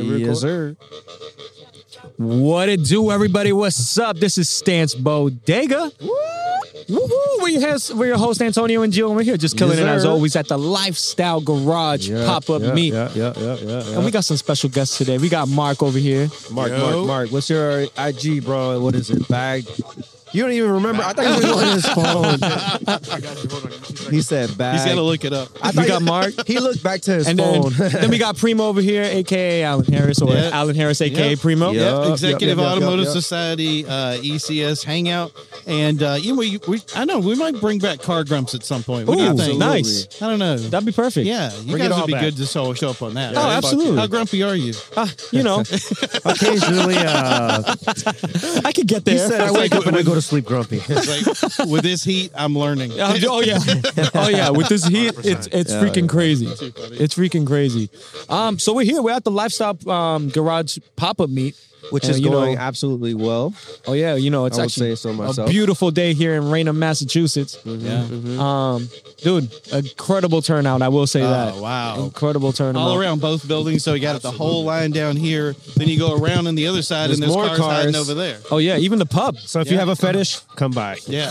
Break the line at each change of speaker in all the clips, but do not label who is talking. Yes, sir.
What it do, everybody? What's up? This is Stance Bodega. Woo! Woo-hoo! We're your, host, we're your host, Antonio and Jill, and we're here just killing
Yes,
it as
sir.
always at the Lifestyle Garage Pop Up
yeah,
Meet.
Yeah, yeah, yeah, yeah. yeah.
And we got some special guests today. We got Mark over here.
Mark,
Yo.
Mark, Mark. What's your IG, bro? What is it? Bag. You don't even remember. I thought he was on his phone.
I got you. Hold on.
He said bag.
He's got to look it up.
I thought
We got Mark.
He looked back to his
And then,
phone.
then we got Primo over here, aka Alan Harris, or
Yeah.
Alan Harris, aka
Yeah.
Primo.
Yeah. Yup,
Yep,
yup,
Executive
yup, yup, yup,
Automotive
yup.
Society, uh, ECS Hangout, and uh, you know, we, we, I know we might bring back Car Grumps at some point. What do you
Ooh,
think?
nice.
I don't know.
That'd be perfect.
yeah, you
Bring it
guys
all
would be
back.
good to show, show up on that.
Oh, absolutely.
How grumpy are you?
Ah, you know,
Occasionally, uh,
I could get there.
he said, I wake up and I go to sleep grumpy.
It's like, with this heat, I'm learning.
Yeah, I'm- oh yeah, oh yeah. With this heat, it's it's
Yeah,
freaking
yeah.
crazy.
funny.
It's freaking crazy. Um, so we're here. We're at the lifestyle um, garage pop up meet,
Which
And,
is
you know,
going absolutely well.
oh yeah, you know it's
I would
actually
say so
a
myself.
beautiful day here in Raynham, Massachusetts.
Yeah.
Um, dude, incredible turnout. I will say
Oh,
that.
wow.
incredible turnout
All around both buildings, so you got the whole line down here. Then you go around on the other side,
There's
and there's
more
cars,
cars.
hiding over there.
Oh yeah, even the pub.
So if
Yeah.
you have a fetish, come by.
Yeah,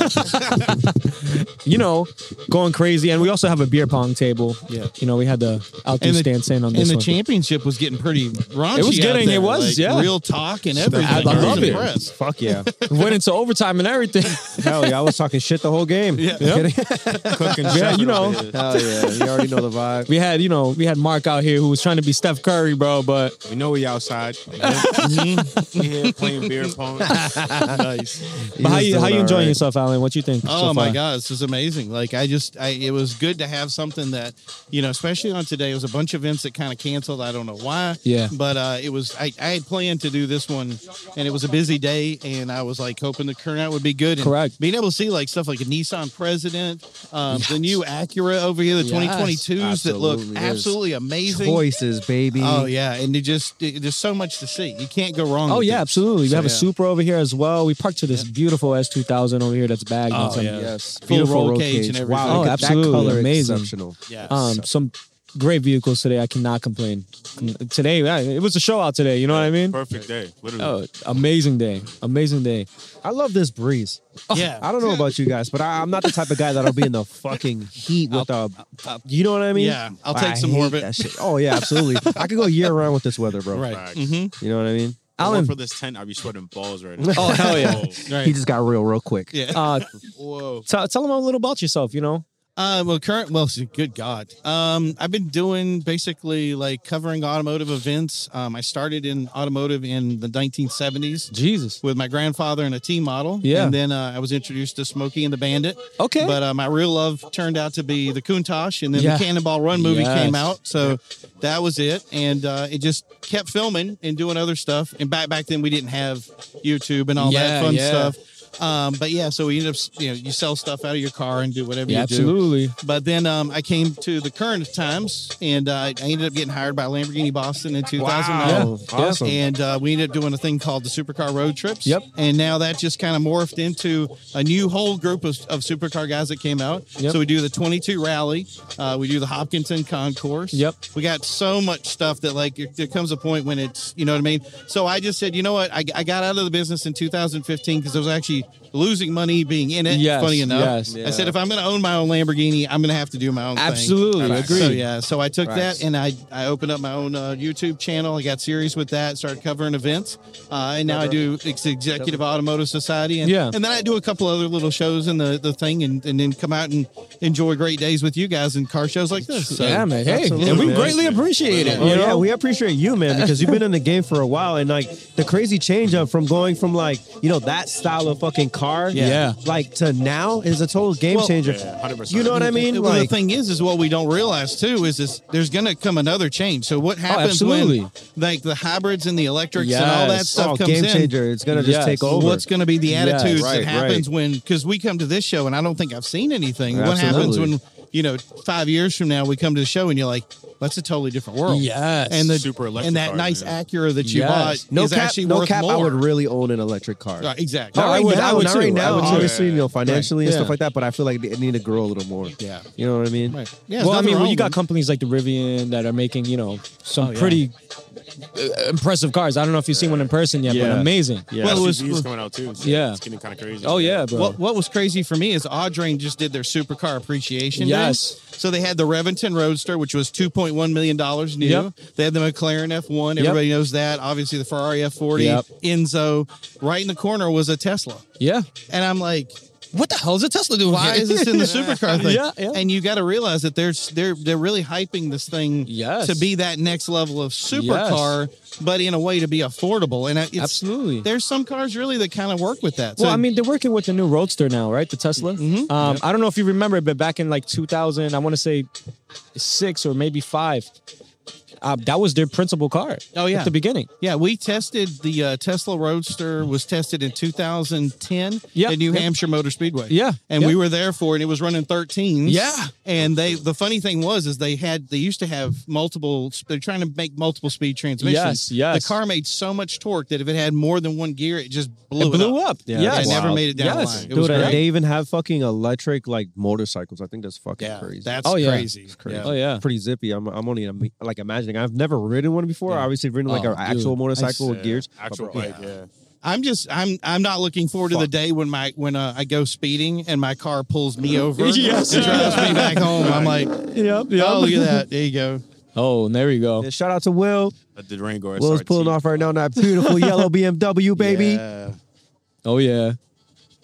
You know, going crazy, and we also have a beer pong table.
Yeah.
you know, we had to out
and
these
the,
stand in on
and
this
the
one.
championship was getting pretty raunchy.
It was
out
getting- it
there,
was,
like,
yeah.
real talk and everything.
I
was
love it.
impressed.
Fuck yeah.
Went into overtime and everything.
Hell yeah, I was talking shit the whole game.
Yeah.
Kidding?
yeah, you know.
Hell yeah, you already know the vibe.
We had, you know, we had Mark out here who was trying to be Steph Curry, bro, but
We know we outside. We here playing beer pong.
nice.
But how
He was doing
you how you
all
enjoying
right.
yourself, Alan? What you think?
Oh
so
my
far?
god, this is amazing. Like I just I it was good to have something that, you know, especially on today, it was a bunch of events that kind of canceled. I don't know why.
Yeah.
But uh it was I, I had planned to do this one and it was a busy day and I was like hoping the turnout would be good. And
Correct.
Being able to see like stuff like a Nissan President, um, the new Acura over here, the
Yes.
2022s that look
Absolutely is.
absolutely amazing.
Choices, baby.
Oh yeah, and it just it, there's so much to see. You can't go wrong.
Oh
with
yeah,
this.
absolutely. We
So,
have a
yeah.
super over here as well. We parked to this beautiful S two thousand over here that's bagged. on
Oh,
some-
yeah.
Yes.
Full roll cage and everything.
Wow,
Oh,
look at
absolutely.
That color
Amazing.
Exceptional.
Yeah.
um, some great vehicles today. I cannot complain. Today, yeah, it was a show out today. You know what I mean?
Perfect day. Literally.
Oh, amazing day, amazing day.
I love this breeze.
yeah.
I don't know about you guys, but I, I'm not the type of guy that'll be in the fucking heat with a. You know what I mean?
Yeah, I'll take
I
some more
hate
of it.
that shit. Oh yeah, absolutely. I could go year round with this weather, bro.
Right.
Facts.
Mm-hmm.
You know what I mean?
Alan.
Alan. For this tent, I be sweating balls right now.
Oh, hell yeah.
Right.
He just got real, real quick.
yeah.
Uh,
Whoa.
t- tell them a little about yourself. You know,
Uh, well, current. Well, s- good God. Um, I've been doing basically like covering automotive events. Um, I started in automotive in the 1970s
Jesus.
with my grandfather and a T model.
Yeah.
And then uh, I was introduced to Smokey and the Bandit.
Okay.
But uh, my real love turned out to be the Countach, and then
Yeah.
the Cannonball Run movie
Yes.
came out. So that was it, and uh, it just kept filming and doing other stuff. And back back then, we didn't have YouTube and all
Yeah,
that fun
yeah.
stuff. Um, but yeah, so we ended up, you know, you sell stuff out of your car and do whatever
Yeah,
you do.
absolutely.
But then um, I came to the current times, and uh, I ended up getting hired by Lamborghini Boston in 2009.
Oh, awesome.
And uh, we ended up doing a thing called the Supercar Road Trips.
Yep.
And now that just kind of morphed into a new whole group of, of supercar guys that came out.
Yep.
So we do the 22 Rally. Uh, we do the Hopkinton Concourse.
Yep.
We got so much stuff that, like, it- there comes a point when it's, you know what I mean? So I just said, you know what? I, I got out of the business in 2015 because I was actually losing money being in it.
Yes,
funny enough.
yes.
I said, if I'm going to own my own Lamborghini, I'm going to have to do my own thing.
Absolutely,
Right.
agreed.
So, yeah, so I took
Facts.
that and I, I opened up my own uh, YouTube channel. I got serious with that, started covering events, uh, and now I do ex- Executive Automotive Society, and
Yeah.
and then I do a couple other little shows in the, the thing, and, and then come out and enjoy great days with you guys and car shows like this. So,
yeah, man. Hey, and we
man.
greatly appreciate it.
Oh,
you know?
yeah, we appreciate you, man, because you've been in the game for a while, and like the crazy change up from going from like you know that style of fucking car,
Yeah. Yeah.
like to now is a total game
Well,
changer.
yeah, 100%.
You know what I mean?
well,
Like,
the thing is, is what we don't realize too is this: there's going to come another change. So what happens
Oh, absolutely.
when, like, the hybrids and the electrics and all that
Yes.
stuff
oh,
comes
game
in?
changer! It's gonna just
Yes.
take over.
What's going to be the
Yes.
attitudes
Right,
that happens when? Because we come to this show, and I don't think I've seen anything. What happens
Absolutely.
when you know five years from now we come to the show and you're like, that's a totally different world.
Yes.
and the
Super electric
and that
car,
nice
yeah.
Acura that you
Yes.
bought
No
is
cap,
actually
no
worth
cap.
more.
I would really own an electric car.
Right, exactly.
Not
Oh, I
right
would-
now,
I would
not
too.
right
I
now,
would too.
obviously, you know, financially and
Yeah.
stuff like that. But I feel like it need to grow a little more.
Yeah.
you know what I mean.
Right. Yeah.
well, I mean, well, you got companies like the Rivian that are making, you know, some
Oh, yeah.
pretty uh, impressive cars. I don't know if you've seen one in person yet, but
Yeah.
amazing.
Yeah.
Well, it was-
SUVs coming out too. So
Yeah.
it's getting kind of crazy.
Oh yeah, bro.
What, what was crazy for me is Audrain just did their supercar appreciation. Day.
Yes.
So they had the Reventon Roadster, which was two point one million dollars new.
Yep.
They had the McLaren F one.
Yep.
Everybody knows that. Obviously, the Ferrari F forty.
Yep.
Enzo. Right in the corner was a Tesla,
yeah.
and I'm like,
What the hell is a Tesla doing?
why is this in the supercar thing?
Yeah, yeah.
And you got to realize that they're they're they're really hyping this thing
Yes.
to be that next level of supercar, but in a way to be affordable. And I- it's,
Absolutely.
there's some cars really that kind of work with that.
well, I mean, they're working with the new Roadster now, right? The Tesla.
Mm-hmm.
Um, I don't know if you remember, but back in like 2000, I want to say six or maybe five, uh, that was their principal car.
Oh, yeah.
at the beginning.
Yeah, we tested the uh, Tesla Roadster was tested in 2010
Yeah,
at New
yeah.
Hampshire Motor Speedway.
Yeah,
and
yeah.
we were there for it. and It was running 13s.
Yeah.
and they the funny thing was is they had they used to have multiple. They're trying to make multiple speed
Yes,
transmissions.
yes.
The car made so much torque that if it had more than one gear, it just blew
It blew
up.
up.
Yeah,
yes.
that's
It never
Wow.
made it down
Yes.
the line. It
Dude,
was
and
great.
they even have fucking electric like motorcycles. I think that's fucking
yeah,
crazy.
that's
Oh, yeah.
crazy.
crazy.
Oh yeah.
pretty zippy. I'm, I'm only am- like imagining. I've never ridden one before.
Yeah.
Obviously, ridden like
Oh,
an actual
dude.
motorcycle with
Yeah,
gears.
Actual
But-
bike, yeah.
I'm just I'm I'm not looking forward to the
Fuck.
day when my when uh, I go speeding and my car pulls me over
Yes.
and drives me back home. I'm like,
Yep. Yep.
oh look at that, there you go.
Oh, there you go.
Yeah, shout out to Will.
A Durango SRT.
Will's pulling off right now in that beautiful yellow BMW, baby.
Yeah.
Oh yeah.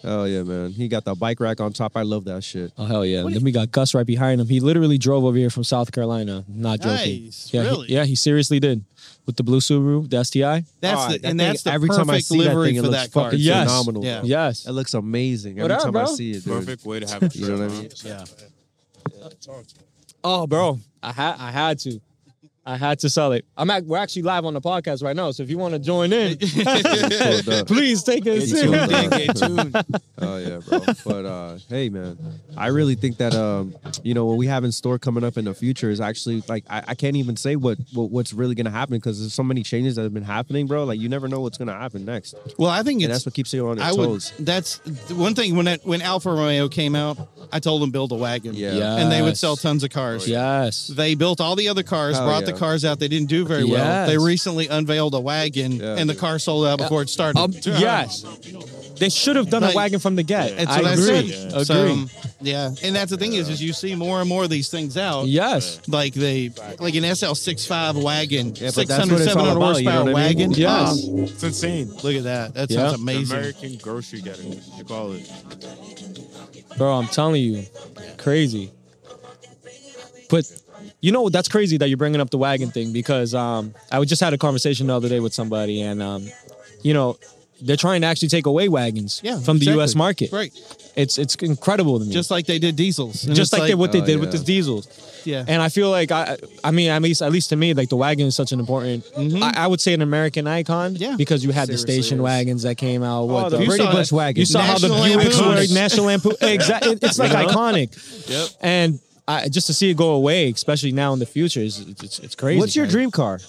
Oh yeah, man. He got the bike rack on top. I love that shit.
Oh hell yeah! then we got Gus right behind him. He literally drove over here from South Carolina. Not joking.
Nice,
yeah, he-
really?
yeah, he seriously did with the blue Subaru, the STI.
That's
All right,
the, and
thing-
that's the
every time I
perfect
see that
livery
thing, it
for
looks
that car.
fucking
Yes.
phenomenal.
Yeah.
bro.
Yes.
It looks amazing every
What up,
time I
bro?
see it, dude.
Perfect way to have a
You know what I mean?
Yeah.
Oh, bro, I had I had to, I had to sell it. I'm at, we're actually live on the podcast right now, so if you want to join in,
So dope.
please take a
Get tuned,
seat.
bro.
Get tuned.
Oh yeah, bro. But uh, hey, man, I really think that um, you know, what we have in store coming up in the future is actually like I, I can't even say what, what what's really gonna happen because there's so many changes that have been happening, bro. Like you never know what's gonna happen next,
Well, I think
and
it's
that's what keeps you on your
I would.
toes.
That's the one thing when it, when Alfa Romeo came out, I told them build a wagon.
Yeah.
And they would
Yes.
sell tons of cars.
Yes.
They built all the other cars,
Oh,
brought
yeah.
the cars out. They didn't do very well.
Yes.
They recently unveiled a wagon,
Yeah,
and the
dude.
car sold out before it started.
Um, yes. They should have done
Like-
a wagon from the get.
That's
I
what
agree.
I said.
Agree.
So, um, yeah, and that's the thing is, is you see more and more of these things out.
yes.
Like they, like an SL65 wagon,
Yeah, but that's
600,
what it's all
700
about, you know what
horsepower
I mean?
wagon.
Yes.
Oh,
It's insane.
look at that. That
Yeah.
sounds
The
amazing.
American grocery getter, they call it.
Bro, I'm telling you, crazy. But you know that's crazy that you're bringing up the wagon thing because um, I was- just had a conversation the other day with somebody, and um, you know they're trying to actually take away wagons
Yeah,
from the U.S.
exactly.
market.
Right.
It's it's incredible to me.
Just like they did diesels. And
just
it's uh,
like, they, what they
Oh,
did with
yeah.
the diesels.
yeah.
And I feel like I, I mean, at least, at least to me, like the wagon is such an important. I, I would say an American icon.
Mm-hmm. Yeah.
because you had
Seriously
the station
is.
wagons that came out. What
Oh, the
You
Brady
saw
Bunch
that.
wagon.
you saw how the
National
Buicks
Lampoon.
were National Lampoon. exactly, it's like iconic. Yep. And I, just to see it go away, especially now in the future, is it's, it's crazy.
What's your
man.
dream car?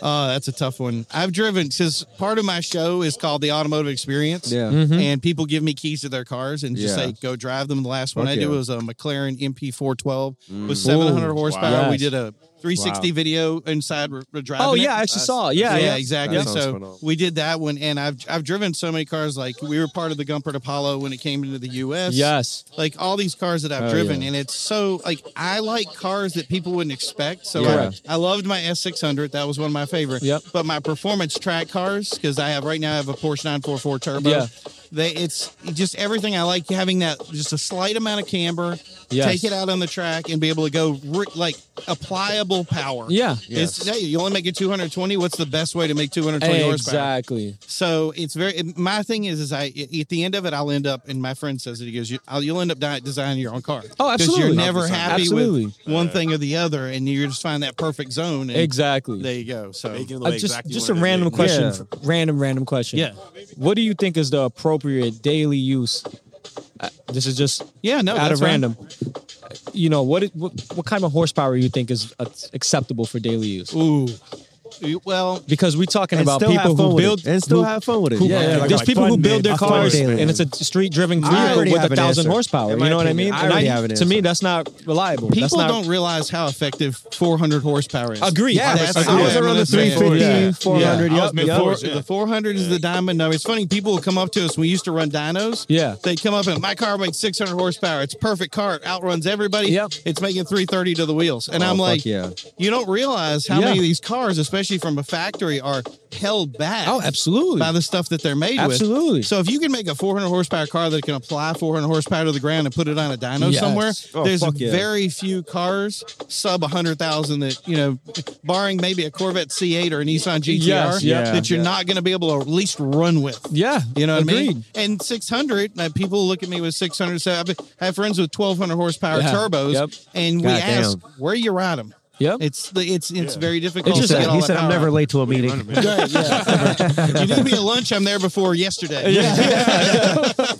Oh, that's a tough one. I've driven since part of my show is called the Automotive Experience.
Yeah.
And people give me keys to their cars and just
Yeah.
say, go drive them. The last one
Fuck
I did
yeah.
was a McLaren MP412 with 700
Mm. Ooh,
horsepower.
wow.
We did a 360 video inside r- r- driving.
Oh
it.
yeah, I actually saw. it. Yeah,
yeah,
yeah,
exactly.
That sounds
So
phenomenal.
we did that one, and I've I've driven so many cars. Like we were part of the Gumpert Apollo when it came into the U.S.
Yes.
like all these cars that I've
Oh,
driven,
yeah.
and it's so like I like cars that people wouldn't expect. So
Yeah.
I, I loved my S600; that was one of my favorite.
Yep.
But my performance track cars, because I have right now, I have a Porsche 944 Turbo.
Yeah.
They, it's just everything I like having that just a slight amount of camber.
Yes.
Take it out on the track and be able to go re- like applicable power.
Yeah.
It's, hey, you only make it 220. What's the best way to make 220 horsepower?
Exactly.
So it's very. it- My thing is, is I at the end of it, I'll end up, and my friend says it. He goes, you, I'll, "You'll end up di- designing your own car."
Oh,
'Cause
absolutely.
You're never
Not
happy
designing.
with
Absolutely.
one thing or the other, and you just find that perfect zone. And
Exactly.
There you go. So
Making it the
Uh,
way
just
exactly
just a
what it
random
is.
question.
Yeah.
f- Random, random question.
Yeah.
What do you think is the appropriate daily use? Uh, this is just
yeah, no,
out
that's
of
fine.
random. you know, what, it- what what kind of horsepower you think is uh, acceptable for daily use?
Ooh. Well,
Because we're talking
And
about
still have
people
fun
who
with
build
it. And still
who-
have fun with it.
who-
Yeah, yeah,
there's
like
people
fun
who build their
mid- a fun
cars
daily
and it's
use.
a street-driven
I
vehicle
already
with
have
a
an
thousand
answer.
horsepower.
In
You
my
know what I
opinion,
mean?
I
And
already have an
to me,
answer.
that's not reliable. That's
people
not-
don't realize how effective 400 horsepower is.
Agree.
Yeah,
That's-
I
agree.
was around the
That's-
350,
Yeah.
400.
Yeah. I was
yup,
mid-
yup.
four-
The
Yeah.
400 is the diamond number. It's funny. People will come up to us. We used to run dynos.
Yeah.
They come up and my car makes 600 horsepower. It's a perfect car. It outruns everybody.
Yep.
It's making 330 to the wheels. And
Oh,
I'm
fuck
like,
yeah.
you don't realize how
Yeah.
many of these cars, especially from a factory, are held back.
Oh, absolutely.
By the stuff that they're made with.
Absolutely.
So if you can make a 400 horsepower car that can apply 400 horsepower to the ground and put it on a dyno
Yes.
somewhere,
Oh,
there's
fuck yeah.
very few cars sub 100,000 that you know, barring maybe a Corvette C8 or a Nissan GTR,
Yes, yeah.
that you're
Yeah.
not going to be able to at least run with.
yeah,
You know what I
agreed.
mean? And 600, now people look at me with 600. So I've- I have friends with 1200 horsepower
Yeah.
turbos,
Yep.
and we
God
ask
damn.
where you ride them.
Yep.
It's the it's it's
Yeah.
very
He
difficult. to
said,
get all
he
that
said I'm
power
never
out."
late to a meeting.
you need me at lunch. I'm there before yesterday.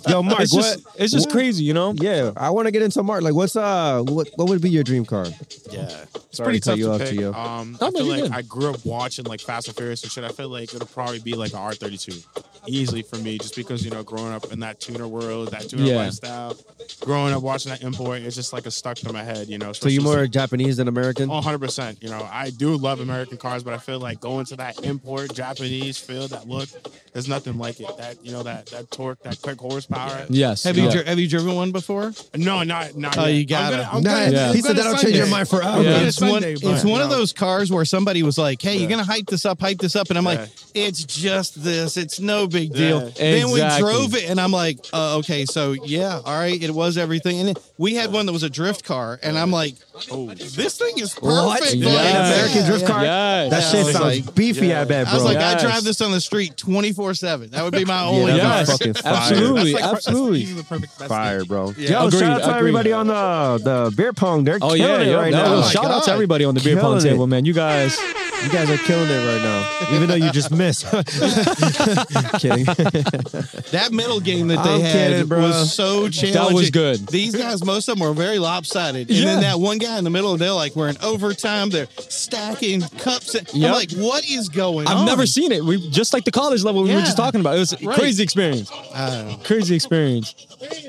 Yo, Mark,
it's
what?
just it's just
what-
crazy, you know.
Yeah, I want to get into Mark. Like, what's uh, what what would be your dream car?
Yeah. It's
Sorry to cut you off, Gio.
Um,
No,
I
no,
feel
you're
like
good.
I grew up watching like Fast and Furious and shit. I feel like it'll probably be like a R32 easily for me just because, you know, growing up in that tuner world, that tuner
Yeah.
lifestyle, growing up watching that import, it's just like a stuck to my head, you know.
So you
especially-
more Japanese than American?
Oh, 100%. You know, I do love American cars, but I feel like going to that import Japanese feel, that look, there's nothing like it. That, you know, that that torque, that quick horsepower.
Yes.
Have you
yeah.
dri- have you driven one before?
No, not, not
Oh,
yet.
you
I'm
gotta-
gonna- I'm
Nah,
gonna-
yeah.
I'm
He said
gonna
that'll change your
Sunday.
mind forever.
Yeah.
It's one,
Sunday,
it's
but,
one of
you know.
those cars where somebody was like, "Hey, you're
Yeah.
gonna hype this up, hype this up," and I'm like, "It's just this. It's no big deal."
Yeah.
Then we
Exactly.
drove it, and I'm like, uh, "Okay, so yeah, all right, it was everything." And we had one that was a drift car, and I'm like,
Oh,
"This thing is perfect."
What?
for
Yeah.
it."
An American drift car?
Yes.
That
Yeah, I
shit
was
sounds
like-
beefy,
yeah.
I bet, bro.
I was like,
Yes.
"I drive this on the street 24 seven. That would be my only."
that'd be
car.
Yes.
fucking fire.
Absolutely.
That's like per- that's
absolutely.
easily the perfect- that's
fire,
the-
bro.
Yeah.
Yo,
Agreed,
shout out to
agreed.
everybody on the the beer pong. They're
Oh
killing
yeah,
it
yeah.
right
no,
now.
Oh, my
shout out
God.
to everybody on the beer
Killing
pong
it.
table, man. You guys,
You guys are killing it right now, even though you just missed. kidding.
That middle game that they
I'm
had
kidding, bro.
was so challenging.
was good.
These guys, most of them were very lopsided. And then
Yeah.
that one guy in the middle, they're like, we're in overtime. They're stacking cups. And I'm
Yep.
like, what is going
I've
on?
never seen it. We just like the college level we
Yeah.
were just talking about. It was a
Right.
crazy experience.
I don't know.
Crazy experience.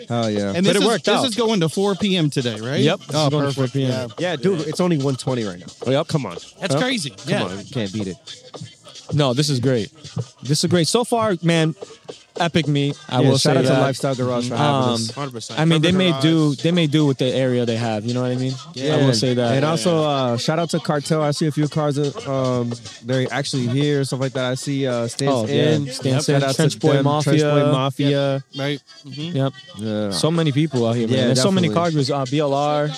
Hell yeah.
But
And
it
this is-
worked
This
out.
is going to 4 p.m. today, right?
Yep. This
Oh,
is going to
perfect.
4 p.m.
Yeah.
yeah, dude, it's only 120 right now.
Oh, yep. Come on.
That's crazy.
Come
Yeah.
on, you can't beat it.
No, this is great. This is great. So far, man, epic meet. I
Yeah,
will
shout
say
out
that.
to Lifestyle Garage for having
Um,
us.
100%.
I mean, they may
Perfect
do
garage.
they may do with the area they have. You know what I mean? I will say that.
And also, uh, shout out to Cartel. I see a few cars. that, Um, they're actually here, stuff like that. I see uh,
Oh,
Stance
yeah.
In.
Stance
shout
In,
out
Trench
to
Boy
them,
Mafia.
Trench Boy Mafia.
Right. Mhm.
yep.
Yeah.
So many people out here, man.
Yeah,
There's so many car
definitely.
groups. Uh, BLR,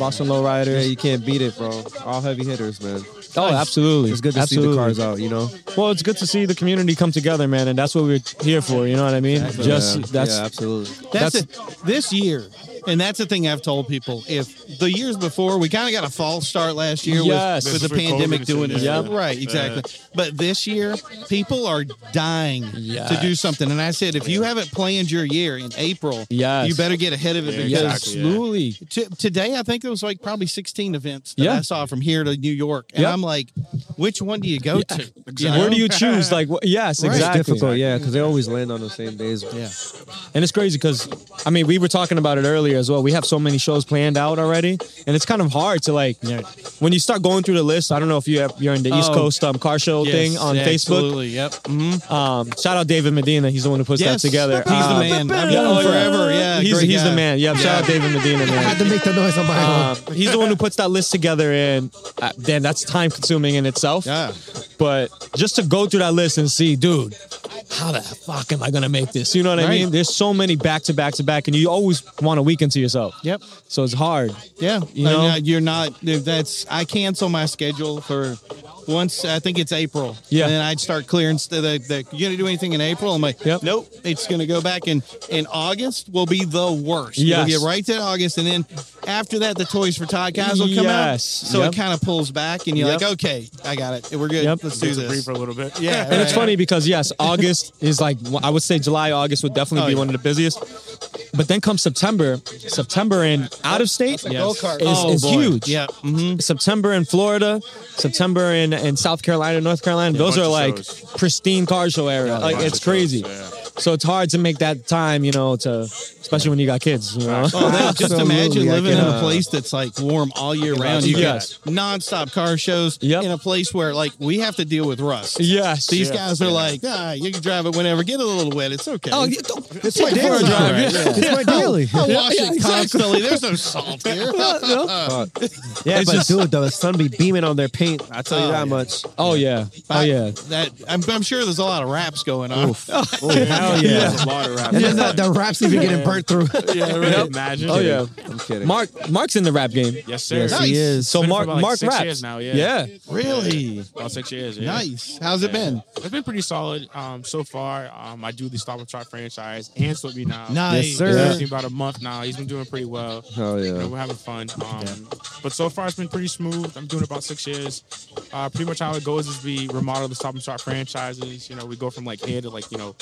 Boston Low
yeah,
Riders.
you can't beat it, bro. All heavy hitters, man.
oh, absolutely.
It's good to
absolutely.
see the cars out, you know.
Well, it's good to see the community come together, man, and that's what we're here for. You know what I mean? Just
yeah,
that's
yeah, absolutely.
That's,
That's-
it. This year, and that's the thing I've told people. If the years before, we kind of got a false start last year
Yes.
This
with, with
is
the
with
pandemic
COVID,
doing it.
yeah.
Right, exactly. But this year, people are dying to do
Yes.
something. And I said, if you haven't planned your year in April,
Yes.
you better get ahead of it
Yeah,
because.
exactly.
absolutely.
To, today, I think there was like probably 16 events that
Yeah.
I saw from here to New York, and
Yep.
I'm like, which one do you go to? You
Where
know?
do you choose? Like, wh- yes,
Right.
exactly.
It's difficult, yeah, because they always land on the same days.
Yeah.
And it's crazy because, I mean, we were talking about it earlier as well. We have so many shows planned out already, and it's kind of hard to like when you start going through the list. I don't know if you have, you're in the East
Oh.
Coast um, car show
Yes,
thing on
yeah,
Facebook.
Absolutely. Yep.
Um, shout out David Medina. He's the one who puts
Yes.
that together.
He's the
Um,
man. I've
yeah,
known him
oh, yeah.
forever. Yeah.
he's,
great
he's the
guy.
man. Yeah, shout out David Medina, man.
to make the noise on my
Um, he's the one who puts that list together, and uh, then that's time consuming in itself.
Yeah.
But just to go through that list and see, dude, how the fuck am I gonna make this? You know what I
Right.
mean? There's so many back to back to back, and you always want a weekend to yourself.
Yep.
So it's hard.
Yeah,
You
you
know?
uh, you're not. That's I cancel my schedule for once. I think it's April.
Yeah.
and then I'd start clearing. St- the, the, you gonna do anything in April? I'm like,
Yep.
nope. It's gonna go back in in August. Will be the worst.
Yes.
It'll get right to August, and then after that, the toys for Todd guys will come out.
Yes.
So
Yep.
it kind of pulls back, and you're
Yep.
like, okay, I got it. We're good.
Yep.
Let's do
Just a brief
this.
for a little bit.
Yeah,
And it's
right.
funny because yes, August is like I would say July, August would definitely
Oh,
be
yeah.
one of the busiest. But But then comes September, September in out of state
a
is,
go-kart.
is
Oh, boy.
huge.
Yeah. hmm
September in Florida, September in, in South Carolina, North Carolina. Those
bunch
are
of
like
shows.
pristine car show era. like
bunch
it's
of shows,
crazy.
yeah.
So it's hard to make that time, you know, to especially when you got kids. You know?
Oh, man, just
Absolutely.
imagine
I
living
can,
in a
uh,
place that's like warm all year round. You
Yes.
got nonstop car shows
Yep.
in a place where like we have to deal with rust.
yes.
These
Yeah.
guys are like, ah, you can drive it whenever. Get a little wet. It's okay.
Oh, yeah, don't-
It's my
Take it for
daily
a
drive.
drive.
yeah. It's my daily.
I wash
Yeah,
it
exactly. Oh,
constantly. There's no salt here.
Fuck. yeah,
It's
but
just-
dude, the sun be beaming on their paint. I tell you
Oh,
that
yeah.
much.
oh yeah. Oh yeah.
That I'm, I'm sure there's a lot of raps going on.
Oh, hell
yeah.
That's a lot of rap.
And then the, the raps even getting burnt through.
yeah, right.
Yep.
Imagine.
Oh yeah.
I'm kidding.
Mark Mark's in the rap game.
Yes, sir.
yes, he is.
So
Been for
Mark
about, like,
Mark
six
raps
years now, yeah.
Really
About six years. Yeah.
nice. How's it
Yeah.
been?
It's been pretty solid um, so far. Um, I do the Stop and Shop franchise and Slip Me Now.
Nice.
Yes,
It's
sir.
actually about a month now. He's been doing pretty well.
Oh
You know,
yeah.
we're having fun. Um, But so far, it's been pretty smooth. I'm doing about six years. Uh, pretty much how it goes is we remodel the Stop and Shop franchises. You know, we go from like here to like, you know,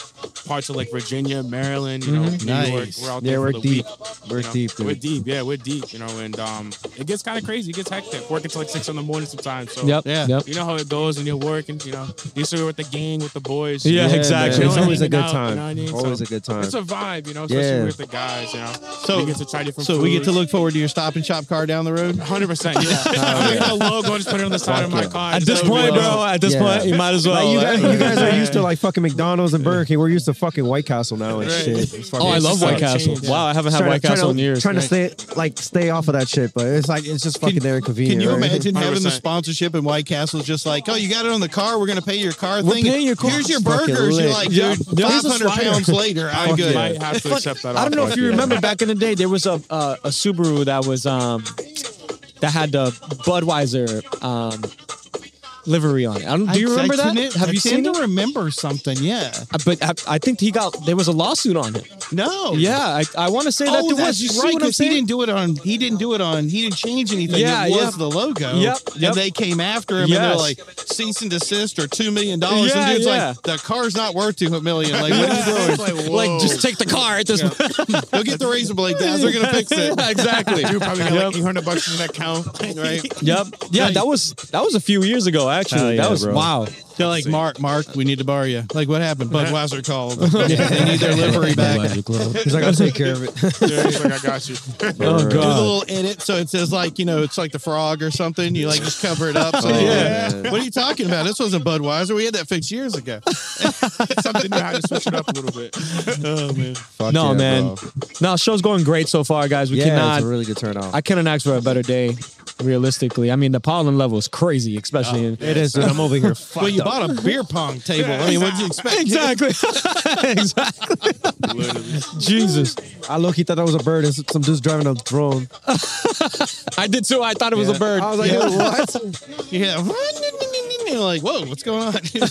parts of like Virginia, Maryland, you know, New York.
Mm-hmm. Nice.
We're out
Yeah,
there for
we're
the
deep.
week.
We're
you know.
deep, dude.
We're deep. Yeah, we're deep, you know, and um, it gets kind of crazy. It gets hectic. Working till like six in the morning sometimes. So
Yep.
Yeah.
Yep.
you know how it goes when you're working, you know. You still with the gang, with the boys.
Yeah,
you know,
exactly.
man. It's
chilling,
always a
hanging
good
out, you know what I
time.
mean?
Always
So
a good time.
It's a vibe, you know, especially
Yeah.
with the guys, you know.
So-
we get to try different
So we get to
foods.
look forward to your stop and shop car down the road.
100%. Yeah. I get the logo, just put it on the side of my car.
At
Just
this
so we
point,
know.
bro. At this
Yeah.
point, you might as well.
Like, you, guys,
right?
you guys are used to like fucking McDonald's and Burger King. We're used to fucking White Castle now and
Right.
shit. It's fucking-
Oh, I
it's
love
just,
White
like,
Castle.
change, yeah.
Wow, I haven't had
trying to-
White
trying
Castle
to-
in years.
Trying to stay like stay off of that shit, but it's like it's just fucking there
Can
inconvenient.
you
right?
imagine having the
100%.
sponsorship and White Castle just like, oh, you got it on the car. We're gonna pay your car
We're
thing.
paying your car.
Here's your
Fucking
burgers. You're
lit.
like,
Yeah.
dude,
There
five
is a
hundred
flyer.
pounds later, I'm good.
might have to
Fuck,
accept that
I don't know
offer.
if you
Yeah.
remember back in the day, there was a uh, a Subaru that was um that had the Budweiser um livery on it. I don't, do you
I
remember
texted
that?
It.
Have
I
you seen
tend
it?
to remember something? Yeah.
Uh, But I, I think he got there was a lawsuit on it.
No.
Yeah, I, I want to say that
Oh,
there
that's
was. You see
right.
what I'm
Because he
saying?
didn't do it on. He didn't do it on. He didn't change anything.
Yeah,
it was
yeah.
the logo.
Yep, yep.
And they came after him, and they're
Yes.
like cease and desist or two million dollars.
Yeah,
and dude's
yeah.
like, the car's not worth two million. Like, what are you doing?
It's like,
like
whoa.
just take the car at this.
Go get the razor blade, guys. They're gonna fix it.
exactly.
Dude probably got
Yep.
like 800 bucks in that account, right?
Yep. Yeah, that was that was a few years ago.
Hell
Actually,
yeah,
that was
bro.
wow.
They're like, Mark, Mark, we need to borrow you. Like, what happened? Budweiser called. They need their livery back.
He's like, I'll take care of it.
Yeah, he's like, I got you.
Oh
Alright.
Do the
god.
little edit so it says like you know it's like the frog or something. You like just cover it up. So
Oh,
yeah.
man.
What are you talking about? This wasn't Budweiser. We had that fixed years ago.
Something new, I had to switch it up a little bit.
Oh man.
Fuck
No
yeah,
man.
bro.
No, show's going great so far, guys. We
Yeah,
cannot
it's a really good turnout.
I couldn't ask for a better day, realistically. I mean, the pollen level is crazy, especially in.
Oh, it is. Dude, I'm over here.
Well, you bought a beer pong table. I mean, what did you expect?
Exactly. exactly. Jesus.
I low key thought that was a bird. and s- some dude's driving a drone.
I did too. I thought it was a bird.
I was like,
Yeah.
yo, what?
Yeah. You're like, whoa, what's going on?
Yeah,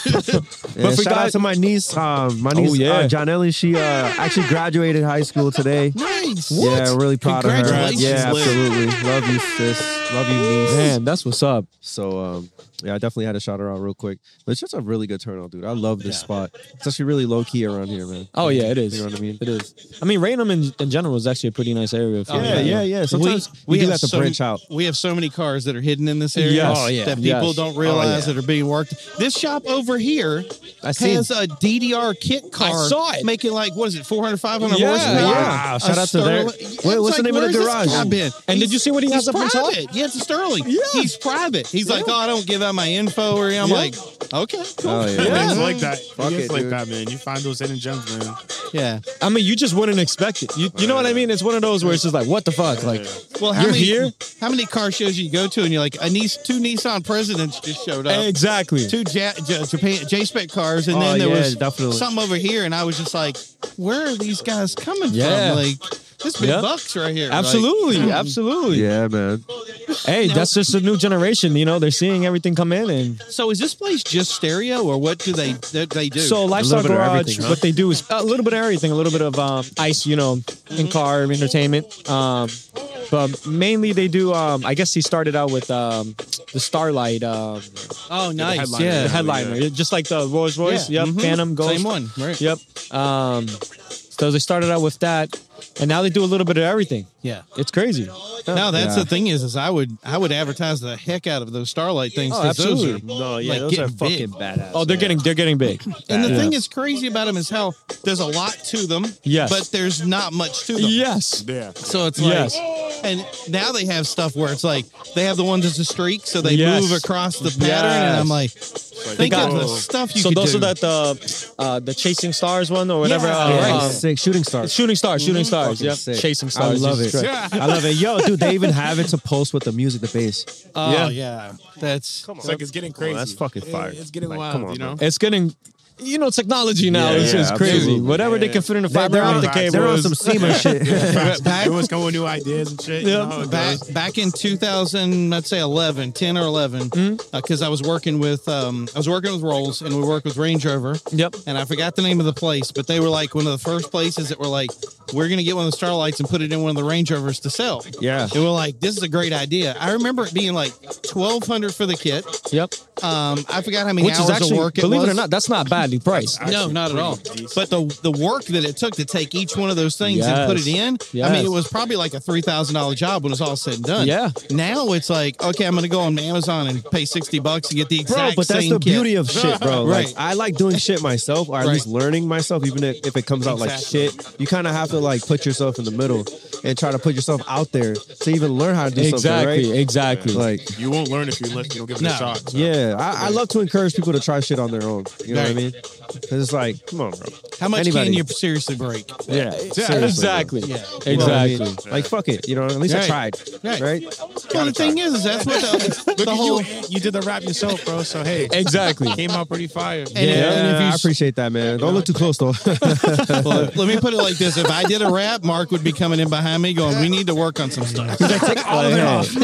for
shout out
guys-
to my niece. Um, my niece,
yeah.
uh, John Ellie. She uh, actually graduated high school today.
nice.
Yeah, really proud of her.
Congratulations,
Yeah,
Liz.
absolutely. Love you, sis. Love you, niece.
Man, that's what's up.
So um, yeah, I definitely had to shout her out real quick. But it's just a really good turnout, dude. I love this spot. It's actually really low key around here, man.
Oh yeah, it
You
is.
know what I mean?
It is. I mean, Raynham in, in general is actually a pretty nice area. if you-
Yeah, yeah, yeah. Sometimes we, do
have
have to
so-
branch out.
We have so many cars that are hidden in this area
Yes. Oh, yeah.
that people
Yes.
don't realize
Oh, yeah.
that are being worked. This shop over here
I seen-
has a DDR kit car.
saw it.
Making like, what is it, 400, 500
Yeah,
horsepower?
yeah.
A
Shout out to their-
Sterling-
Wait,
It's
what's the name of
where's
the
this
garage?
guy been?
And did you see what he
He's
has up on top?
private. Yeah, it's a Sterling.
Yeah.
He's private. He's like, oh, I don't give out my info. Or I'm
Yeah.
like, okay, cool.
Oh, yeah.
Yeah.
Yeah.
It's like that.
Fuck
it's
it,
like
dude.
that, man. You find those hidden gems, man.
yeah.
I mean, you just wouldn't expect it. You, you know what I mean? It's one of those where it's just like, what the fuck? Like,
Well, how
You're
many
here?
how many car shows you go to and you're like a nice two Nissan presidents just showed up,
exactly.
two ja- Ja- Japan J Spec cars, and
Oh,
then there
yeah,
was
definitely.
something over here, and I was just like, where are these guys coming
Yeah.
from? Like this big
Yeah.
bucks right here, Like,
Absolutely, absolutely.
Yeah, man.
Hey, that's just a new generation. You know, they're seeing everything come in, and
so is this place just stereo, or what do they that they do?
so lifestyle
bit of
garage.
everything, huh?
What they do is a little bit of everything, a little bit of um, ice, you know, in car entertainment. Um, but mainly they do. Um, I guess he started out with um, the Starlight, um,
oh, nice,
headliner.
yeah,
the headliner, just like the Rolls Royce.
Yeah.
Yep,
Mhm.
Phantom Ghost.
same one, right?
Yep. Um, because they started out with that, and now they do a little bit of everything.
Yeah.
It's crazy. Oh,
No, that's
Yeah.
the thing is, is I would I would advertise the heck out of those starlight things.
Oh,
'cause those
absolutely.
are-
No, yeah,
Like,
those are
getting big.
fucking badass.
Oh, they're
man.
getting they're getting big.
and the
Yeah.
thing is crazy about them is how there's a lot to them.
Yes.
But there's not much to them.
Yes.
Yeah.
So it's like,
Yes.
and now they have stuff where it's like they have the ones that's a streak, so they
Yes.
move across the pattern, and
Yes.
I'm like,
Like,
think
got
of the
whoa.
stuff you
so
could
those
do.
are that the uh, the chasing stars one or whatever.
Yeah.
uh,
Right.
um,
Sick. Shooting stars.
shooting stars, shooting stars.
Fucking
Yeah,
sick.
chasing stars.
I love
Jesus
it.
Christ.
I love it. Yo, dude, they even have it to post with the music, the bass.
oh
yeah.
yeah, that's
Come on.
It's like it's getting
Come
crazy.
on, that's fucking
It-
fire.
It's getting
Like,
wild,
come on,
you know?
It's getting, you know, technology now
Yeah,
is
yeah,
just crazy.
absolutely.
Whatever they
Yeah.
can fit in a
They,
fiber
they're, on
optic
the,
Right.
they're
cable
on
is-
some SEMA shit.
Facts.
Back-
It was Oh, coming with new ideas and shit. you
Yeah.
know how it
back
goes.
back in 2000 let's say 11 10 or 11
Hmm?
because i was working with um i was working with rolls and we worked with range rover
Yep.
and i forgot the name of the place but they were like one of the first places that were like we're gonna get one of the starlights and put it in one of the range rovers to sell
yeah.
and we're like this is a great idea i remember it being like 1200 for the kit
Yep.
um i forgot how many
Which
hours
is actually,
of work it
believe
was
it or not, that's not badly priced.
no, not at all. But the the work that it took to take each one of those things and put
Yes.
it in, I mean,
Yes.
it was probably like a three thousand dollar job when it's all said and done.
Yeah.
Now it's like, okay, I'm gonna go on Amazon and pay sixty bucks and get the exact
Bro, but that's
same
the
kit.
beauty of shit, bro.
Right.
Like I like doing shit myself, or at
Right.
least learning myself, even if, if it comes out
Exactly.
like shit. You kind of have to like put yourself in the middle and try to put yourself out there to even learn how to do
Exactly.
something, right?
Exactly.
Like,
you won't learn if you let you don't give it
No.
a shot. so.
yeah, I, I love to encourage people to try shit on their own. You know what I
Right.
mean? Because it's like, come on, bro.
How much
Anybody.
can you seriously break?
yeah.
Seriously,
Exactly.
Yeah.
You know what I mean?
Exactly.
Like, fuck it. You know, at least I
Right.
tried.
Right.
Right?
Well, the thing is, is that's what the,
Look
the
at
whole.
you. You did the rap yourself, bro. So hey,
Exactly.
came out pretty fire.
And,
Yeah,
and if you
I appreciate that, man. Don't look too close though.
Well, let me put it like this: If I did a rap, Mark would be coming in behind me, going, "We need to work on some stuff."
Like,
Let's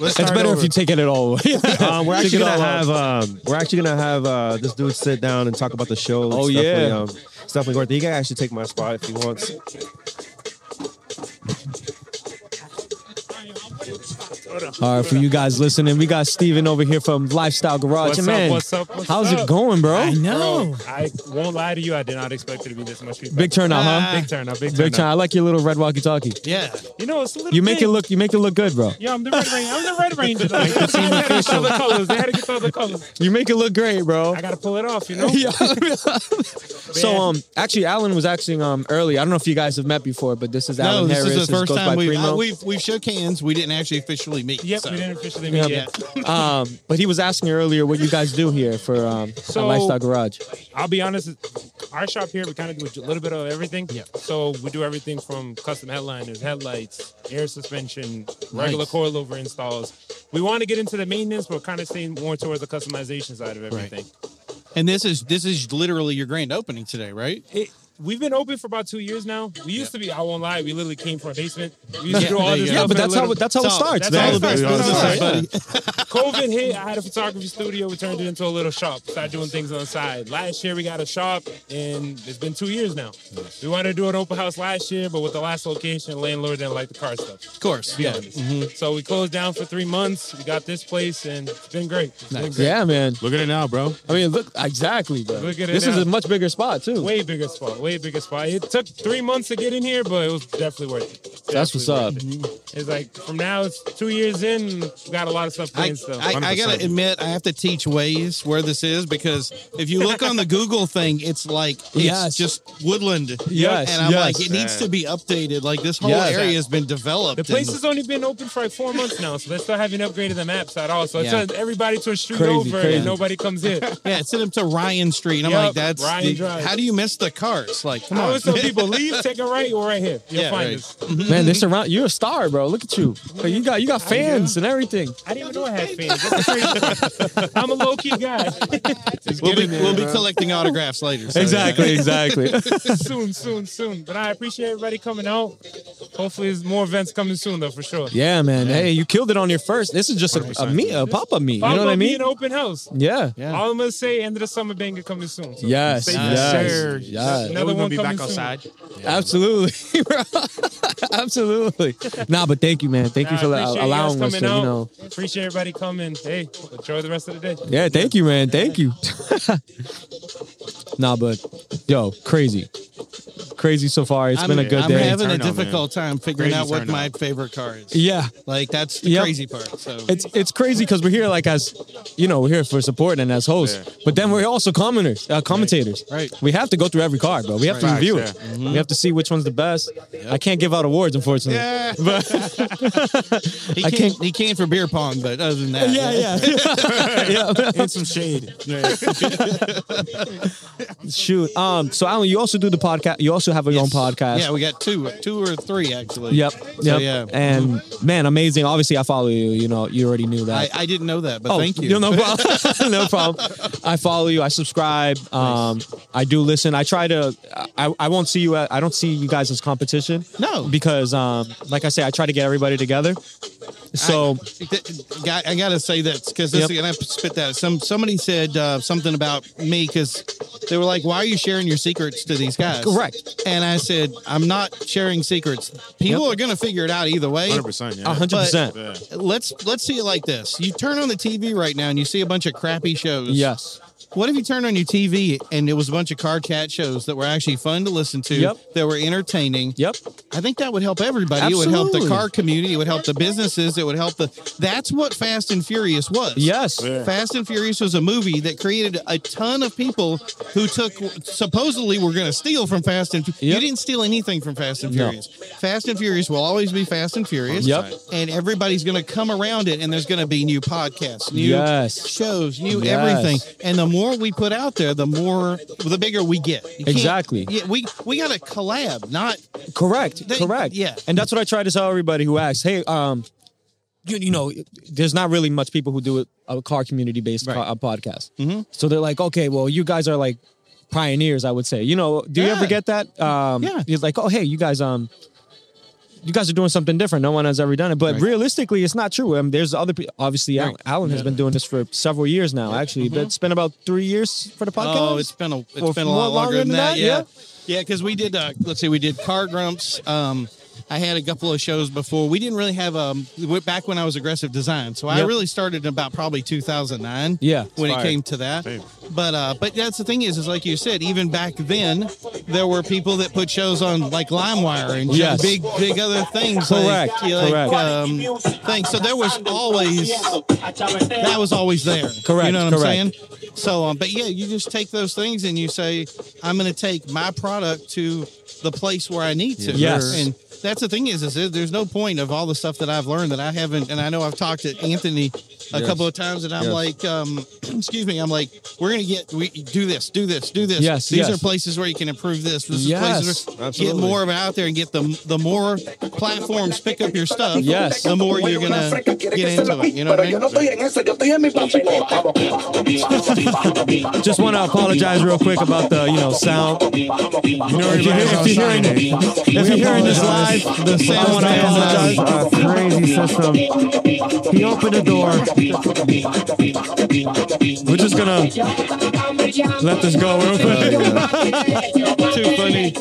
It's
start
better
over.
if you take it at all.
Uh,
um, we're actually
Check it
gonna
all out.
have um, we're actually gonna have uh, this dude sit down and talk about the show. It's
Oh, yeah.
definitely, um, it's definitely worth it. He can actually take my spot if he wants.
All right, for you guys listening, we got Steven over here from Lifestyle Garage.
What's up,
man,
what's up, what's
how's it
up?
going, bro?
Bro, I won't lie to you. I did not expect it to be this much feedback.
Big turnout, huh?
Big turn up. Big turn
Big time. I like your little red walkie-talkie.
Yeah,
You know, it's a little.
You make
big.
it look. You make it look good, bro.
Yeah, I'm the Red Ranger. I'm the Red Ranger. Like, they had to get the other colors. They had to get the other colors.
You make it look great, bro.
I gotta pull it off. You know.
Yeah. so um, actually, Alan was actually um early. I don't know if you guys have met before, but this is
no,
Alan
this
Harris.
is the
This
first
goes by
time we've,
Primo.
uh, we've we've shook hands. We didn't actually officially meet.
Yep.
so.
We didn't officially meet
Yeah.
yet.
um, but he was asking earlier what you guys do here for um
So-
on Lifestyle Garage.
I'll be honest. Our shop here, we kind of do a little bit of everything. Yeah. So we do everything from custom headliners, headlights, air suspension, regular
Nice.
coilover installs. We want to get into the maintenance, but kind of staying more towards the customization side of everything.
And this is this is literally your grand opening today, right?
It, we've been open for about two years now. We used to be, I won't lie, we literally came from a basement. We used
Yeah,
to do all
there
this
you go.
Yeah,
stuff
but
in a
that's how
little-
that's how it
That's all-
starts,
that's
man.
how it starts. That's how it
Yeah.
starts. COVID hit. I had a photography studio. We turned it into a little shop. Started doing things on the side. Last year we got a shop, and it's been two years now. We wanted to do an open house last year, but with the last location, landlord didn't like the car stuff.
Of course.
To be
Yeah.
honest. So we closed down for three months. We got this place, and it's been great. It's been
Nice.
great.
Yeah, man.
Look at it now, bro.
I mean, look exactly, bro.
Look at it
this is
now.
a much bigger spot too.
Way bigger spot. Way bigger spot. It took three months to get in here, but it was definitely worth it.
That's what's up.
Definitely worth it. It's like from now, it's two years in. We got a lot of stuff.
I,
planned still.
I, I gotta
100%.
admit, I have to teach ways where this is because if you look on the Google thing, it's like it's
Yes.
just woodland.
Yes,
and I'm
yes.
like, it needs to be updated. Like this whole
Yes.
area has been developed.
The place
and-
has only been open for like four months now, so they still haven't upgraded the maps at all. So it's
Yeah.
turned everybody to a street
Crazy,
over,
crazy.
and nobody comes in.
yeah, it's sent up to Ryan Street. And I'm
Yup,
like, that's
Ryan
the-
Drive.
how do you miss the cars? Like, come
I
on.
always tell people, leave, take a right, we're right here. You'll
Yeah,
find
right.
us.
Man, they surround you're a star, bro. Look at you. Like, you got you got fans and everything.
I didn't even know I had fans. That's crazy. I'm a low key guy.
we'll be, we'll be collecting autographs later. so, yeah.
exactly.
soon, soon, soon. But I appreciate everybody coming out. Hopefully, there's more events coming soon, though, for sure.
yeah, man. Hey, you killed it on your first. This is just a, a meet, a pop-up meet. You know what I
Pablo be
mean?
An open house.
Yeah.
Yeah.
All I'm gonna say, end of the summer banger coming soon. So
Yes.
stay
Yes.
tuned.
Sir. Yes.
Another
Another
one
one
be
coming
back
soon.
outside.
Absolutely, bro. Absolutely. Nah, but thank you, man. Thank you
I
for
appreciate
uh,
you guys
allowing us to,
coming
you
out.
know.
Appreciate everybody coming. Hey, enjoy the rest of the day.
Yeah, thank you, man. Thank you. nah, but yo, crazy. crazy so far. It's
I'm,
been a good
I'm
day.
having a
Turn on,
difficult time figuring
Crazy
out what
turn on.
my favorite car is.
yeah.
Like that's the
Yep.
crazy part. So
It's it's crazy because we're here like as you know we're here for support and as hosts,
Yeah.
but then we're also commenters, uh, commentators.
Right.
We have to go through every card, bro. We have to
Right.
review
Facts,
it. We have to see which one's the best. I can't give out awards, unfortunately.
Yeah.
he
I
can't,
can't-
he can't for beer pong, but other than that,
Yeah, yeah. yeah.
and some shade.
Shoot. Um. So Alan, you also do the podcast. You also have your
Yes.
own podcast.
Yeah, we got two, two or three actually.
Yep. Yep.
So, yeah.
And man, amazing. Obviously, I follow you. You know, you already knew that.
I, I didn't know that, but
Oh,
thank you.
No, no problem. no problem. I follow you. I subscribe. Um, I do listen. I try to. I, I won't see you. at- I don't see you guys as competition.
No.
because um, like I say, I try to get everybody together. So
I, th- got- I gotta say this because this
Yep.
and I have to spit that. Some somebody said uh, something about me because they were like, "Why are you sharing your secrets to these guys?"
Correct.
And I said, "I'm not sharing secrets. People are gonna figure it out either way."
Hundred percent. Yeah.
a hundred percent.
Yeah.
Let's let's see it like this. You turn on the TV right now and you see a bunch of crappy shows.
Yes.
What if you turned on your TV and it was a bunch of card cat shows that were actually fun to listen to,
Yep.
that were entertaining?
Yep.
I think that would help everybody. It would help the
Absolutely.
car community. It would help the businesses. It would help the. That's what Fast and Furious was.
Yes.
Yeah.
Fast and Furious was a movie that created a ton of people who took supposedly were going to steal from Fast and Fu-
Yep.
You didn't steal anything from Fast and
No.
Furious. Fast and Furious will always be Fast and Furious.
Yep.
And everybody's going to come around it, and there's going to be new podcasts, new
Yes.
shows, new
Yes.
everything. And the more we put out there, the more the bigger we get. You can't-
Exactly.
Yeah, we we got to collab, not
Correct.
They-
correct.
yeah.
And that's what I try to tell everybody who asks. Hey, um, you, you know, there's not really much people who do it, a car community based
Right. Mm-hmm.
podcast. So they're like, okay, well, you guys are like pioneers, I would say. You know, do you
Yeah.
ever get that? Um,
Yeah.
It's like, oh, hey, you guys, um, you guys are doing something different. No one has ever done it. But
Right.
realistically, it's not true. I mean, there's other people. Obviously, Alan, Alan has been doing this for several years now. Actually, but it's been about three years for the podcast.
Mm-hmm. Oh, it's been a it's
Well,
been a
more
lot longer than that. yeah, yeah. Because we did. Uh, let's see, we did car grumps. Um, I had a couple of shows before. We didn't really have um we- back when I was aggressive design. So I
Yep.
really started in about probably 2009.
Yeah.
when it
Fire.
came to that.
Same.
But uh, but that's the thing is, is like you said, even back then, there were people that put shows on like LimeWire and
Yes.
big big other things.
Correct,
Like, you know, like,
correct.
Um, things. So there was always that was always there.
Correct,
You know what I'm
correct.
saying? So, um, but yeah, you just take those things and you say, I'm going to take my product to the place where I need to.
Yes.
And that's the thing is, is there- there's no point of all the stuff that I've learned that I haven't, and I know I've talked to Anthony a
Yes.
couple of times, and I'm
Yes.
like, um, excuse me, I'm like, we're going to get, we do this, do this, do this.
Yes,
These
yes.
are places where you can improve this. This
Yes,
is places where
absolutely.
get more of it out there and get the, the more platforms pick up your stuff.
Yes.
The more you're going to get into it. You know what I mean?
Just want to apologize real quick about the you know sound.
You know,
If you're, if you're hearing, if you're hearing this live,
apologize. The
I
sound
want to
man,
apologize.
a crazy system. He opened the door.
We're just gonna let this go real quick.
Too funny.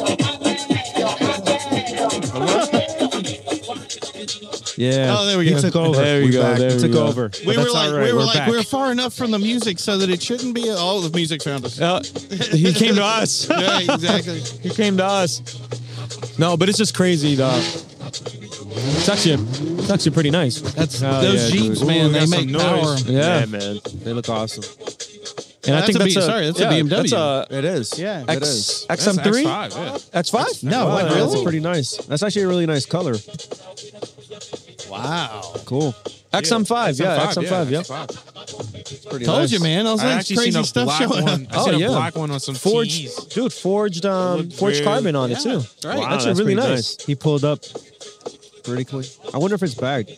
Yeah.
Oh, there we
He
go.
took over.
There we
we
go,
Back.
there
He
we
took
go.
over.
We were like, we were like,
back.
we were far enough from the music so that it shouldn't be all the music found us.
Uh, he came to us.
yeah, exactly.
He came to us. No, but it's just crazy, though. It's actually, it's actually pretty nice.
That's
Oh,
those
yeah,
Jeeps,
dude.
man.
Ooh,
they
got
make
some
power.
noise.
Yeah,
yeah, man. They look awesome.
and I
That's
think
a
that's
B-
a
sorry, that's a
yeah,
BMW.
That's a
It is.
Yeah.
it is.
X XM3.
That's X5, yeah.
X5.
No,
Wow,
like,
yeah,
really?
That's pretty nice. That's actually a really nice color.
Wow.
Cool.
XM5. Yeah,
X5,
XM5. Yeah.
X5.
It's pretty
Told
nice.
you, man. I was
I
like
actually
crazy
seen a
stuff
black
showing up.
one. I seen
Oh, yeah.
a black one on some cheese.
Forged, dude. Forged, um,
looked
forged
weird.
carbon on it
Yeah,
too.
right.
Wow,
that's,
that's
really
pretty
nice.
He pulled up pretty clean. I wonder if it's bagged.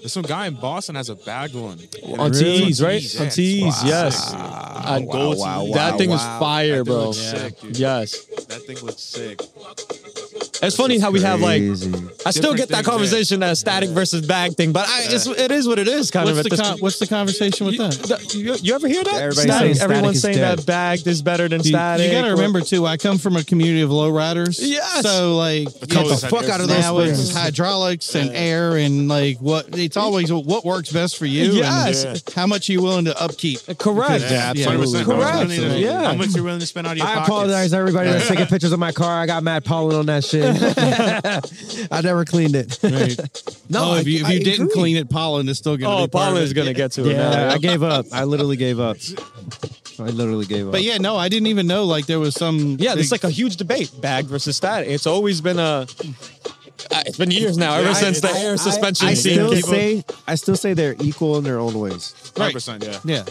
There's some guy in Boston has a bagged one.
On
Really?
tees, right?
Tees,
On
yes.
tees,
Wow.
yes.
Sick, dude.
I-
Gold tees.
that thing was
Wow.
fire,
That thing
bro.
looks sick, dude.
Yes.
That thing looks sick.
It's funny how we have like.
Crazy.
I still
Different
get that
things, yeah.
conversation that static versus bag thing, but I, it's, it is what it is. Kind
What's
of at
the
this
con-
point.
what's the conversation with
you,
that?
th- you- you ever hear that?
Everybody's
Static-
saying static
everyone's
is
saying
dead.
that bagged is better than static.
You got to
or-
remember too. I come from a community of lowriders.
Yes.
So like,
couple
it's-
of fuck out of those
now it's
things.
hydraulics and air and like what. It's always what works best for you.
Yes.
And how much you willing to upkeep?
Correct.
Yeah,
Yeah,
absolutely.
correct. Yeah.
How much you're willing to spend out of your
I
pockets.
apologize, to everybody that's taking pictures of my car. I got mad pollen on that shit. I never cleaned it.
No,
oh, if you, if
I-
you
I
didn't
agree.
clean it, pollen is still going to
Oh,
be part
Paula
of
is
it.
gonna get to it.
Yeah,
now.
I gave up. I literally gave up. I literally gave up.
But yeah, no, I didn't even know like there was some.
Yeah, it's like a huge debate, bag versus static. It's always been a. uh, It's been years now, ever since the air suspension
I, I
scene.
still
came up.
say I still say they're equal in their own ways.
100%, yeah.
Yeah,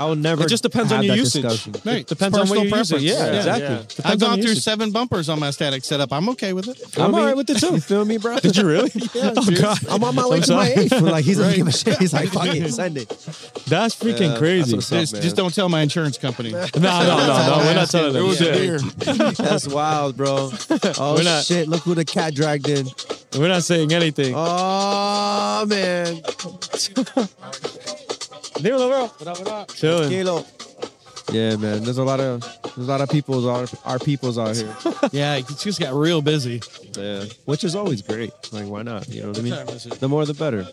I will never.
It just depends on
have
your
that
usage.
discussion.
Right.
It depends on what
Personal
you're using.
preference.
Yeah,
Yeah.
exactly.
Yeah.
Depends
I've
on
gone
your
through
usage.
seven bumpers on my static setup. I'm okay with it.
I'm
me?
all right with it too.
You feel me, bro?
Did you really? oh god,
I'm on my way to my eighth. Like he's not giving a shit. He's like, fuck it, send it.
that's freaking
Yeah,
crazy.
that's what's up.
Just,
man.
just don't tell my insurance company.
no, no, no, no. We're not telling them. Yeah.
That's wild, bro. Oh
We're not-
shit! Look who the cat dragged in.
We're not saying anything.
Oh man,
Dímelo, bro. Chilling.
Kilo. Yeah, man. There's a lot of there's a lot of peoples our our peoples out here.
yeah, it just got real busy.
Yeah, which is always great. Like, why not? You know what I mean? The more, the better.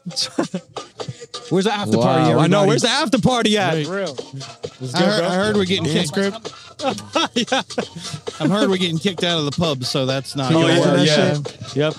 Where's the after party?
Wow, I know.
everybody?
Where's the after party at?
real.
I heard,
bro.
I heard we're getting kicked. I've heard we're getting kicked out of the pub, so that's not.
Oh,
gonna work.
yeah,
that
yeah. Yep.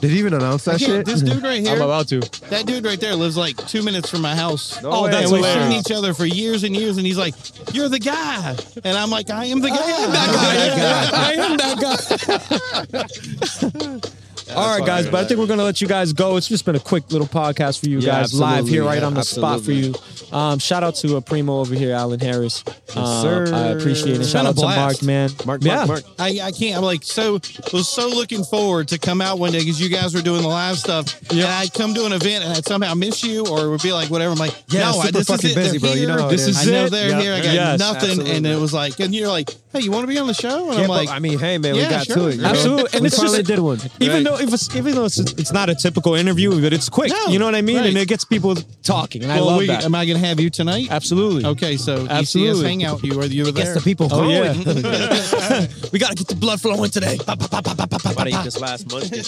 Did he even announce that
Yeah,
shit?
This dude right
I'm
here,
about to.
that dude right there lives like two minutes from my house.
No way.
that's
and we've
hilarious.
seen each other for years and years, and he's like, "You're the guy," and I'm like, "I am the guy."
I am that guy. All right, guys, but I think we're gonna let you guys go. It's just been a quick little podcast for you
Yeah,
guys, live here,
absolutely.
right
Yeah,
on the
absolutely.
spot for you. Um, shout out to a primo over here, Alan Harris. Um,
sir.
I appreciate it.
It's
Shout
been a
out to Mark,
blast.
man.
Mark, Mark,
yeah.
Mark.
I, I can't. I'm like so was so looking forward to come out one day because you guys were doing the live stuff. Yeah, and I come to an event and I somehow miss you or it would be like whatever. I'm like,
Yeah,
no, I,
super
this
fucking
is it.
busy,
They're
bro. You
here.
know how it
this
is.
is I know
it.
they're
Yep.
here. I got
Yes,
nothing, and
absolutely.
it was like, and you're like, hey, you want to be on the show? And
Yeah,
I'm
but,
like,
I mean, hey, man,
yeah,
we got
sure.
to it. you know?
Absolutely, and
we
it's
finally
just-
did one.
Even though if it's, even though it's, it's not a typical interview, but it's quick.
No,
you know what I mean,
right.
and it gets people talking, and
well,
I love
we-
that.
am I going to have you tonight?
Absolutely.
Okay, so ECS
Absolutely.
hangout. You were you were there.
Yes, the people.
Oh
voted.
yeah. we gotta get the blood flowing today. Pa, pa, pa, pa, pa, pa, pa, pa.
this last munchkin.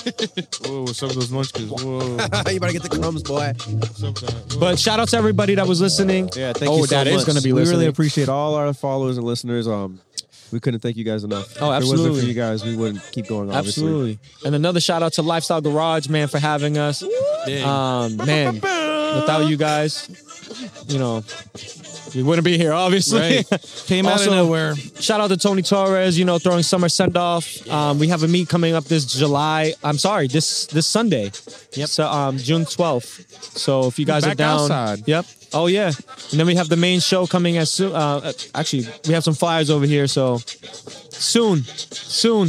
Whoa, some of those munchkins. Whoa.
you better get the crumbs, boy.
But shout out to everybody that was listening.
Yeah, thank
oh,
you so
that is
much.
gonna be
We
listening.
really appreciate all our followers and listeners. Um, we couldn't thank you guys enough.
Oh,
If it wasn't for
absolutely.
you guys, we wouldn't keep going. Obviously.
Absolutely. And another shout out to Lifestyle Garage, man, for having us. Um, man, without you guys, you know, we wouldn't be here, obviously.
Came out
Also-
of nowhere.
shout out to Tony Torres, you know, throwing summer send off. Um, we have a meet coming up this July. I'm sorry, this this Sunday. Yep. So um, June 12th. So if you guys are
Back
down,
outside.
yep. Oh yeah. And then we have the main show coming as soon. Uh, actually, we have some flyers over here. So soon, soon.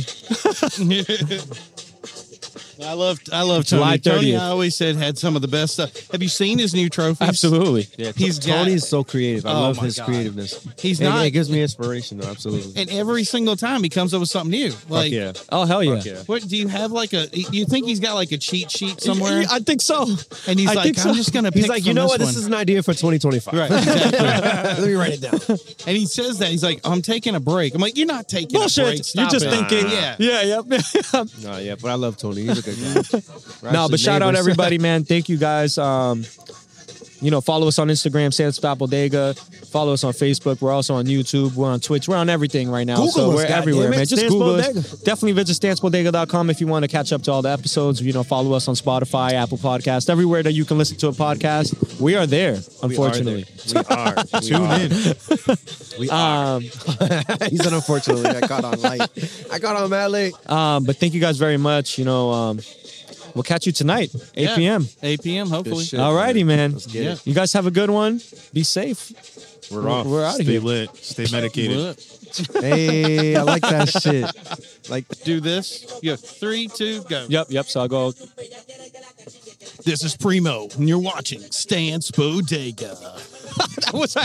I love I love Tony.
July
Tony,
30th.
I always said had some of the best stuff. Have you seen his new trophies?
Absolutely.
He's got-
Tony's so creative. I
Oh
love
my
his
God.
creativeness.
He's
It-
not-
It gives me inspiration. though, Absolutely.
And every single time he comes up with something new. Like,
yeah.
Oh hell yeah.
yeah.
what do you have? Like a you think he's got like a cheat sheet somewhere?
I think so.
And he's
I
like,
think so.
I'm just gonna pick.
He's like, you
from
know what?
This,
This is an idea for 2025.
one." right. Exactly.
Let me write it down.
and he says that he's like, I'm taking a break. I'm like, you're not taking a break.
Bullshit. You're
Stop
just
it."
thinking.
Yeah.
Yeah. Yep.
No, yeah, but I love Tony. He's a good guy. We're
no,
actually
but shout out
neighbors.
everybody, man. Thank you guys. Um, you know, follow us on Instagram, Sans Stop Bodega. Follow us on Facebook. We're also on YouTube. We're on Twitch. We're on everything right now.
Google
so
us,
we're
goddamn
everywhere,
it.
man. Just
Stance
Google
Bodega.
us. Definitely visit stancebodega.com if you want to catch up to all the episodes. You know, follow us on Spotify, Apple Podcast, everywhere that you can listen to a podcast. We are there,
We are
unfortunately.
there. We are. Tune in. We are.
Um,
He's an unfortunately. I got on light. I got on mad late.
um, but thank you guys very much. You know, um, we'll catch you tonight, 8
Yeah.
p.m.
8 p.m. Hopefully.
shit.
All righty, man.
Let's get it.
You guys have a good one. Be safe.
We're off.
We're out of
Stay
here.
lit. Stay medicated.
Hey, I like that shit. Like
Do this. Yeah. Three, two, go.
Yep, yep. So I'll go.
This is Primo, and you're watching Stance Bodega.
That was